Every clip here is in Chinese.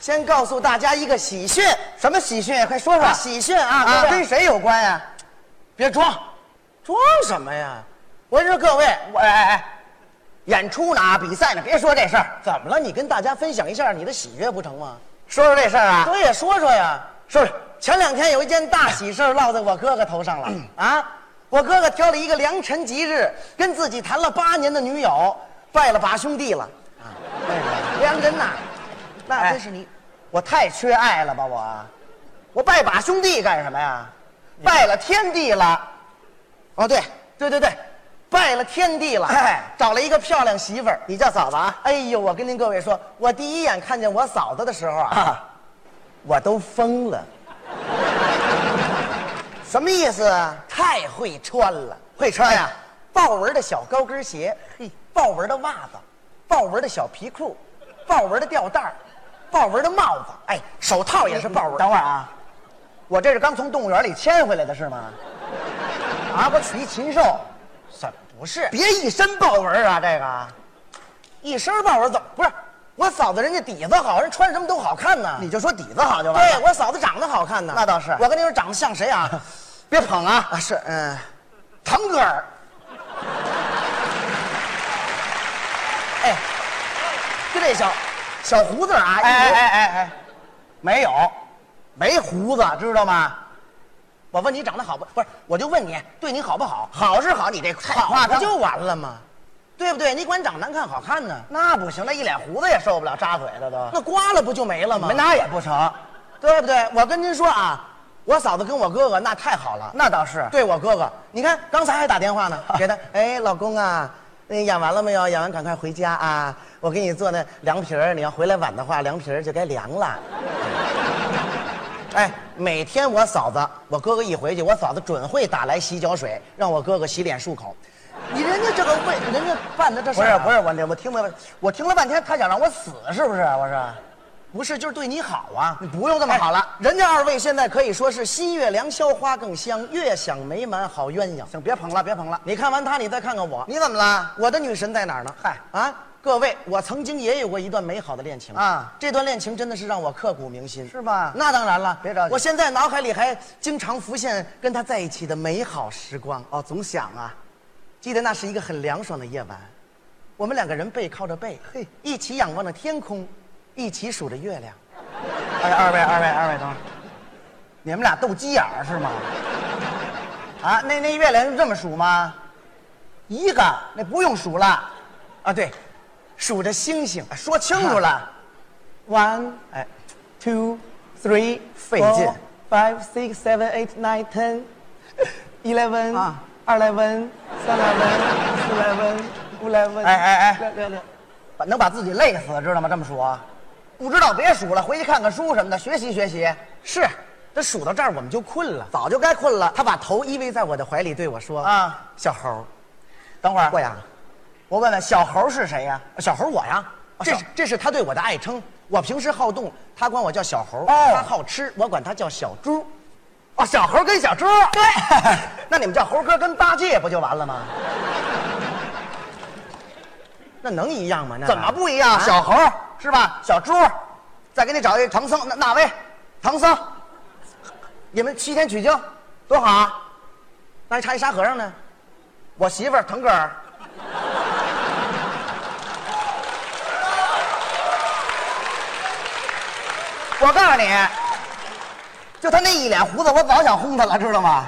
先告诉大家一个喜讯，什么喜讯？快说说。喜讯啊，啊，各位跟谁有关呀？别装，装什么呀？我跟你说，各位，我哎哎哎，演出呢啊，比赛呢，别说这事儿。怎么了？你跟大家分享一下你的喜悦不成吗？说说这事儿啊？对呀，说说呀。说说。前两天有一件大喜事儿落在我哥哥头上 了啊！我哥哥挑了一个良辰吉日，跟自己谈了八年的女友，拜了把兄弟了啊！良人呐，那真是哎你，我太缺爱了吧？我，啊我拜把兄弟干什么呀？拜了天地了，哦对对对对，拜了天地了，哎找了一个漂亮媳妇儿。你叫嫂子啊？哎呦，我跟您各位说，我第一眼看见我嫂子的时候啊，啊，我都疯了，什么意思啊？太会穿了。会穿呀？豹纹的小高跟鞋，嘿，豹纹的袜子，豹纹的小皮裤，豹纹的吊带儿，豹纹的帽子，哎，手套也是豹纹。等会儿啊，我这是刚从动物园里牵回来的是 吗？啊，我娶一禽兽，怎么不是？别一身豹纹啊！这个，一身豹纹怎么不是？我嫂子人家底子好，人穿什么都好看呢。你就说底子好就完了。对我嫂子长得好看呢，那倒是我跟您说，长得像谁啊？ 别捧啊！啊，是嗯、腾格 尔。哎，就这小小胡子啊，哎哎哎哎哎，没有，没胡子，知道吗？我问你长得好不？不是，我就问你，对你好不好？好是好，你这好啊话不不就就完了吗？对不对？你管长难看好看呢，那不行，那一脸胡子也受不了，扎嘴了都。那刮了不就没了你吗们？那也不成，对不对？我跟您说啊，我嫂子跟我哥哥那太好了。那倒是。对我哥哥，你看刚才还打电话 呢，给他，哎，老公啊，那演完了没有？演完赶快回家啊！我给你做那凉皮儿，你要回来晚的话，凉皮儿就该凉 了。哎，每天我嫂子，我哥哥一回去，我嫂子准会打来洗脚水，让我哥哥洗脸漱口。你人家这个为人家办的这事不儿是啊、不是，我我听明白，我听了半天，他想让我死是不是？我是，不是，就是对你好啊。你不用这么好了，人家二位现在可以说是新月良宵花更香，月享美满好鸳鸯。行，别捧了，别捧了。你看完他，你再看看我，你怎么了？我的女神在哪儿呢？嗨啊，各位，我曾经也有过一段美好的恋情啊这段恋情真的是让我刻骨铭心，是吧那当然了，别着急我现在脑海里还经常浮现跟他在一起的美好时光。哦，总想啊，记得那是一个很凉爽的夜晚，我们两个人背靠着背，嘿一起仰望着天空，一起数着月亮。哎，二位二位二位，等会儿，你们俩斗鸡眼儿是吗？啊，那那月亮就这么数吗？一个，那不用数了，啊，对，数着星星。啊说清楚了。 One, uh, 哎， two, three，费劲 Five, six, seven, eight, nine, ten, eleven，啊二 eleven，三 eleven，四 eleven，五 eleven。哎哎哎六六六。把能把自己累死，知道吗？这么数啊，不知道别数了，回去看看书什么的，学习学习。是，这数到这儿我们就困了，早就该困了。他把头依偎在我的怀里，对我说：“啊，小猴等会儿，儿，我呀，我问问小猴是谁呀、小猴儿我呀，啊这小是这是他对我的爱称。我平时好动，他管我叫小猴儿；哦他好吃，我管他叫小猪。哦，小猴跟小猪。对 那你们叫猴哥跟八戒不就完了吗？那能一样吗？那怎么不一样？啊小猴是吧？小猪，再给你找一唐僧，那哪位？唐僧，你们西天取经，多好啊！那还差一沙和尚呢？我媳妇儿腾格尔。我告诉你，就他那一脸胡子，我早想轰他了，知道吗？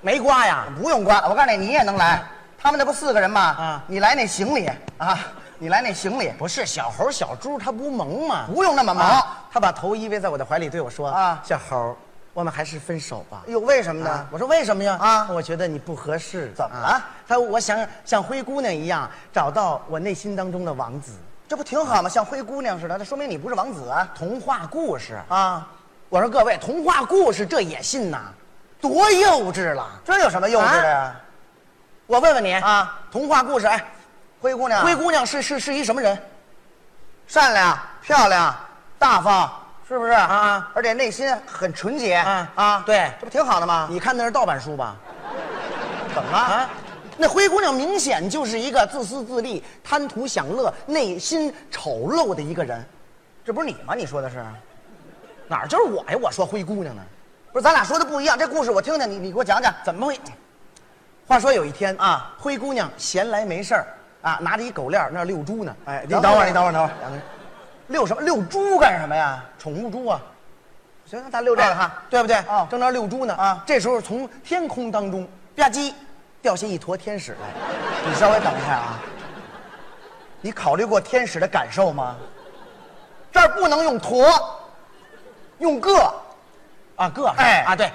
没刮呀？不用关了，我告诉你，你也能来。他们那不四个人吗？啊你来那行李啊，你来那行李，不是小猴儿小猪，他不萌吗？不用那么忙。啊他把头依偎在我的怀里，对我说：“啊啊，小猴儿，我们还是分手吧。哎呦，为什么呢？啊”我说：“为什么呀？”啊啊，我觉得你不合适。怎么了啊他说：“我想像灰姑娘一样，找到我内心当中的王子。这不挺好吗？像灰姑娘似的，那说明你不是王子啊！童话故事。啊，我说各位，童话故事这也信呐？多幼稚了！这有什么幼稚的呀？啊我问问你啊啊，童话故事，哎，灰姑娘，灰姑娘是是是一什么人？善良、漂亮、大方，是不是啊？而且内心很纯洁啊啊对这不挺好的吗？你看那是盗版书吧？怎么了？啊，那灰姑娘明显就是一个自私自利、贪图享乐、内心丑陋的一个人。这不是你吗？你说的是？哪儿就是我呀？我说灰姑娘呢？不是，咱俩说的不一样。这故事我听听，你你给我讲讲。怎么会？话说有一天啊，灰姑娘闲来没事儿啊，拿着一狗链儿那儿遛猪呢。哎，你等会儿，你等会儿，儿，等会儿。两个人遛什么？遛猪干什么呀？宠物猪啊，行，那咱遛这个哈。对不对？啊正那儿遛猪呢啊这时候从天空当中吧唧掉下一坨天使来。你稍微等一下啊。你考虑过天使的感受吗？这儿不能用坨，用个。啊，个儿哎啊对，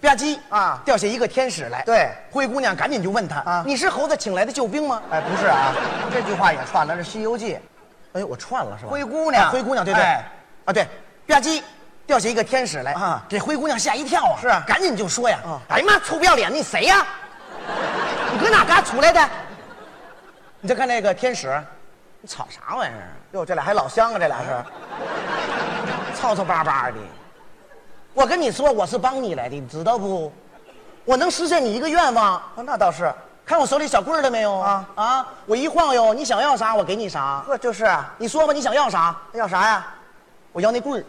吧唧啊掉下一个天使来。对灰姑娘赶紧就问他啊你是猴子请来的救兵吗？哎，不是啊， 这句话也串了，这《西游记》。哎呦，我串了是吧？灰姑娘啊灰姑娘对对，哎啊对，吧唧。掉下一个天使来啊给灰姑娘吓一跳啊！是啊赶紧就说呀啊：“哎呀妈，臭不要脸，你谁呀？你搁哪嘎出来的？你再看那个天使，你吵啥玩意儿啊？哟，这俩还老乡啊，这俩是。 吵吵巴巴的。我跟你说，我是帮你来的，你知道不？我能实现你一个愿望，哦，那倒是，看我手里小棍儿了没有啊啊？啊，我一晃悠，你想要啥，我给你啥。呵，就是啊，你说吧，你想要啥？要啥呀？我要那棍儿。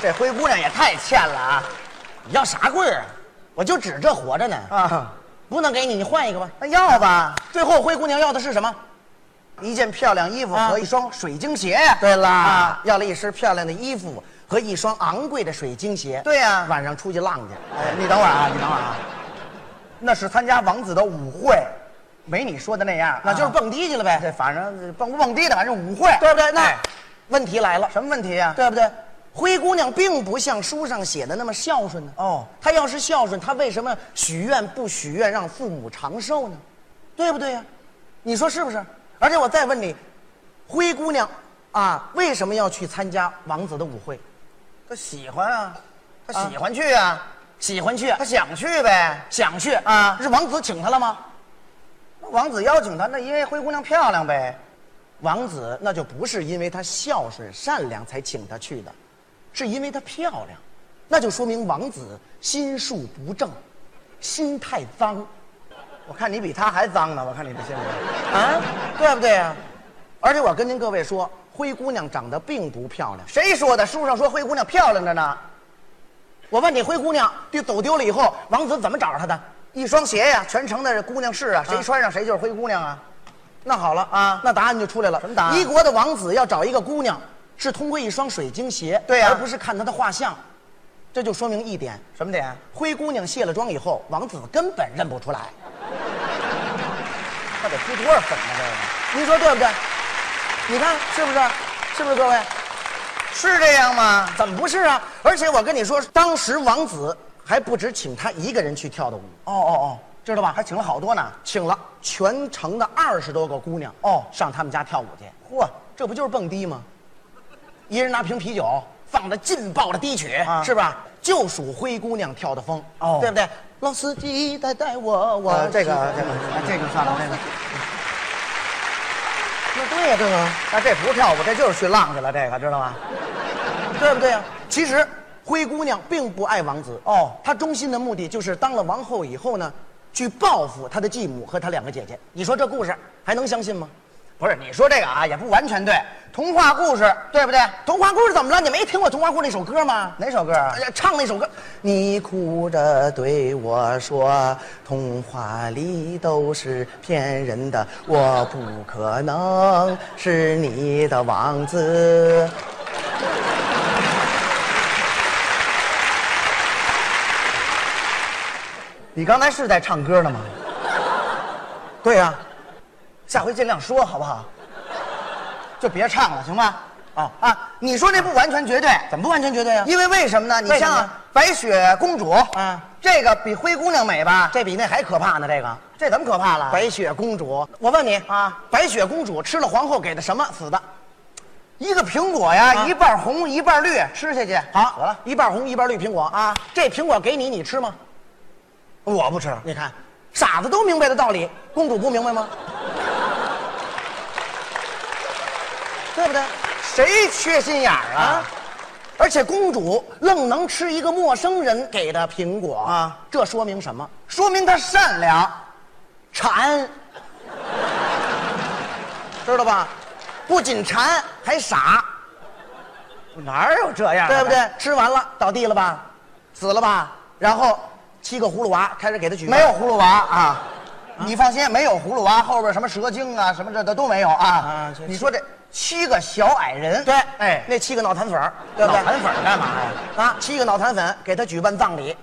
这灰姑娘也太欠了啊！你要啥棍儿啊？我就指这活着呢，啊，不能给你，你换一个吧。那要吧，最后灰姑娘要的是什么？一件漂亮衣服啊和一双水晶鞋呀。对啦，啊，要了一身漂亮的衣服和一双昂贵的水晶鞋。对呀晚上出去浪去。哎，你等会儿啊，你等会儿啊，那是参加王子的舞会，没你说的那样啊，那就是蹦迪去了呗，这反正蹦不蹦迪的，反正舞会，对不对？那、哎问题来了，什么问题呀？对不对？灰姑娘并不像书上写的那么孝顺呢。哦她要是孝顺，她为什么许愿不许愿让父母长寿呢？对不对呀、你说是不是？而且我再问你，灰姑娘啊，为什么要去参加王子的舞会？他喜欢啊，他喜欢去啊，喜欢去，他想去呗。想去啊是王子请她了吗？王子邀请他，那因为灰姑娘漂亮呗。王子那就不是因为她孝顺善良才请她去的，是因为她漂亮，那就说明王子心术不正，心太脏。我看你比他还脏呢，我看你这心里。啊，对不对啊？而且我跟您各位说，灰姑娘长得并不漂亮。谁说的？书上说灰姑娘漂亮着呢，我问你，灰姑娘就走丢了以后，王子怎么找着她的？一双鞋呀、全城的姑娘是啊，谁穿上谁就是灰姑娘啊。那好了啊那答案就出来了。什么答案一国的王子要找一个姑娘，是通过一双水晶鞋，对呀而不是看她的画像。这就说明一点，什么点？啊灰姑娘卸了妆以后，王子根本认不出来。那得敷多少粉呢？这您说对不对？你看是不是？是不是各位？个是这样吗？怎么不是啊？而且我跟你说，当时王子还不止请她一个人去跳的舞，哦哦哦，知道吧？还请了好多呢。请了全城的二十多个姑娘哦上他们家跳舞去，嚯，这不就是蹦迪吗？一人拿瓶啤酒，放着劲爆的低曲，啊是吧？就属灰姑娘跳的风，哦对不对？老司机带带我，我、呃，这个这个，哎这个算了，这个，那对呀、这个那这不是跳舞，这就是去浪去了，这个知道吗？对不对呀、啊其实灰姑娘并不爱王子哦她衷心的目的就是当了王后以后呢，去报复她的继母和她两个姐姐。你说这故事还能相信吗？不是，你说这个啊，也不完全对。童话故事对不对？童话故事怎么了？你没听过童话故事那首歌吗？哪首歌啊哎？呀，唱那首歌，你哭着对我说，童话里都是骗人的，我不可能是你的王子。你刚才是在唱歌呢吗？对啊呀、下回尽量说好不好？就别唱了，行吗？啊啊！你说那不完全绝对，怎么不完全绝对啊？因为为什么呢？你为什么像呀啊白雪公主啊，这个比灰姑娘美吧？这比那还可怕呢，这个。这怎么可怕了？白雪公主，我问你啊，白雪公主吃了皇后给的什么死的？一个苹果呀，啊一半红一半绿，吃下去好，得了。一半红一半绿苹果啊，这苹果给你，你吃吗？我不吃，你看，傻子都明白的道理，公主不明白吗？ 对不对？谁缺心眼儿啊啊？！而且公主愣能吃一个陌生人给的苹果啊这说明什么？ 说明她善良。馋。知道吧？不仅馋还傻，哪有这样的？对不对？吃完了倒地了吧，死了吧，然后七个葫芦娃开始给他举办没有葫芦娃啊，你放心，没有葫芦娃，后边什么蛇精啊，什么这的都没有啊啊。这你说这七个小矮人，对，哎，那七个脑残粉儿，对不对？脑残粉儿嗯干嘛呀？啊，七个脑残粉给他举办葬礼，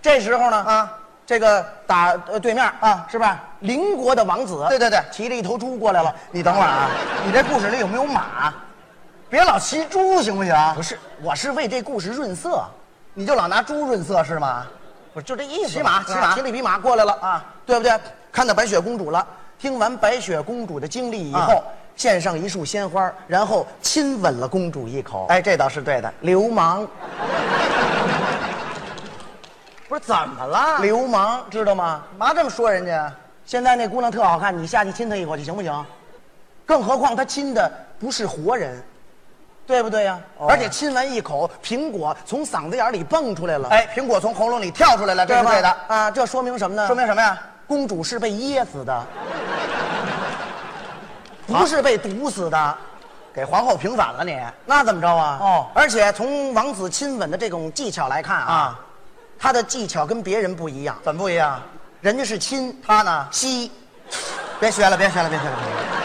这时候呢，啊，这个打呃对面啊是吧？邻国的王子，对对对骑着一头猪过来了。你等会儿啊，你这故事里有没有马？别老骑猪行不行？不是，我是为这故事润色，你就老拿猪润色是吗？不是就这意思嘛。骑马骑马骑了一匹马过来了啊，对不对？看到白雪公主了，听完白雪公主的经历以啊后，献上一束鲜花，然后亲吻了公主一口。哎，这倒是对的。流氓，不是怎么了你流氓，知道吗？嘛这么说人家？现在那姑娘特好看，你下去亲她一口去行不行？更何况她亲的不是活人，对不对呀、哦而且亲完一口，苹果从嗓子眼里蹦出来了，哎，苹果从喉咙里跳出来了，这是吧对的。啊，这说明什么呢？说明什么呀？公主是被噎死的，不是被毒死的。给皇后平反了你。那怎么着啊？哦而且从王子亲吻的这种技巧来看啊啊，他的技巧跟别人不一样，怎么不一样？人家是亲，他呢？吸，别学了，别学了，别学了，别学了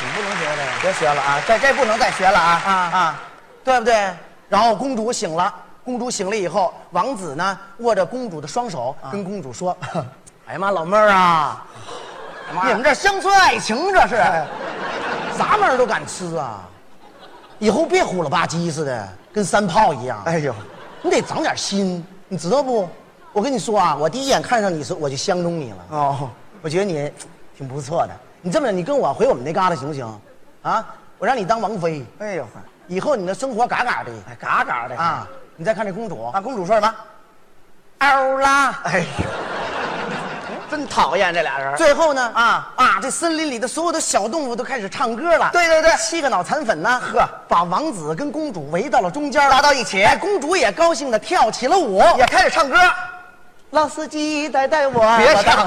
你不能觉得呀。别学了啊！这这不能再学了啊啊啊！对不对？然后公主醒了，公主醒了以后，王子呢握着公主的双手，啊跟公主说：“ 哎呀妈，老妹儿啊，你们这乡村爱情这是？啥玩意儿都敢吃啊！以后别虎了吧唧似的，跟三炮一样。哎，呦，你得长点心，你知道不？我跟你说啊，我第一眼看上你时，我就相中你了。哦，我觉得你挺不错的。你这么着，你跟我回我们那旮瘩行不行？啊，我让你当王妃，哎呦，以后你的生活嘎嘎的哎，嘎嘎的啊啊！你再看这公主，啊！公主说什么？ 嗷啦！哎呦，真讨厌这俩人。最后呢，啊啊啊，这森林里的所有的小动物都开始唱歌了。对对对七个脑残粉呢，呵，把王子跟公主围到了中间，拉到一起哎，公主也高兴的跳起了舞。也开始唱歌，老司机带带我，别我唱了。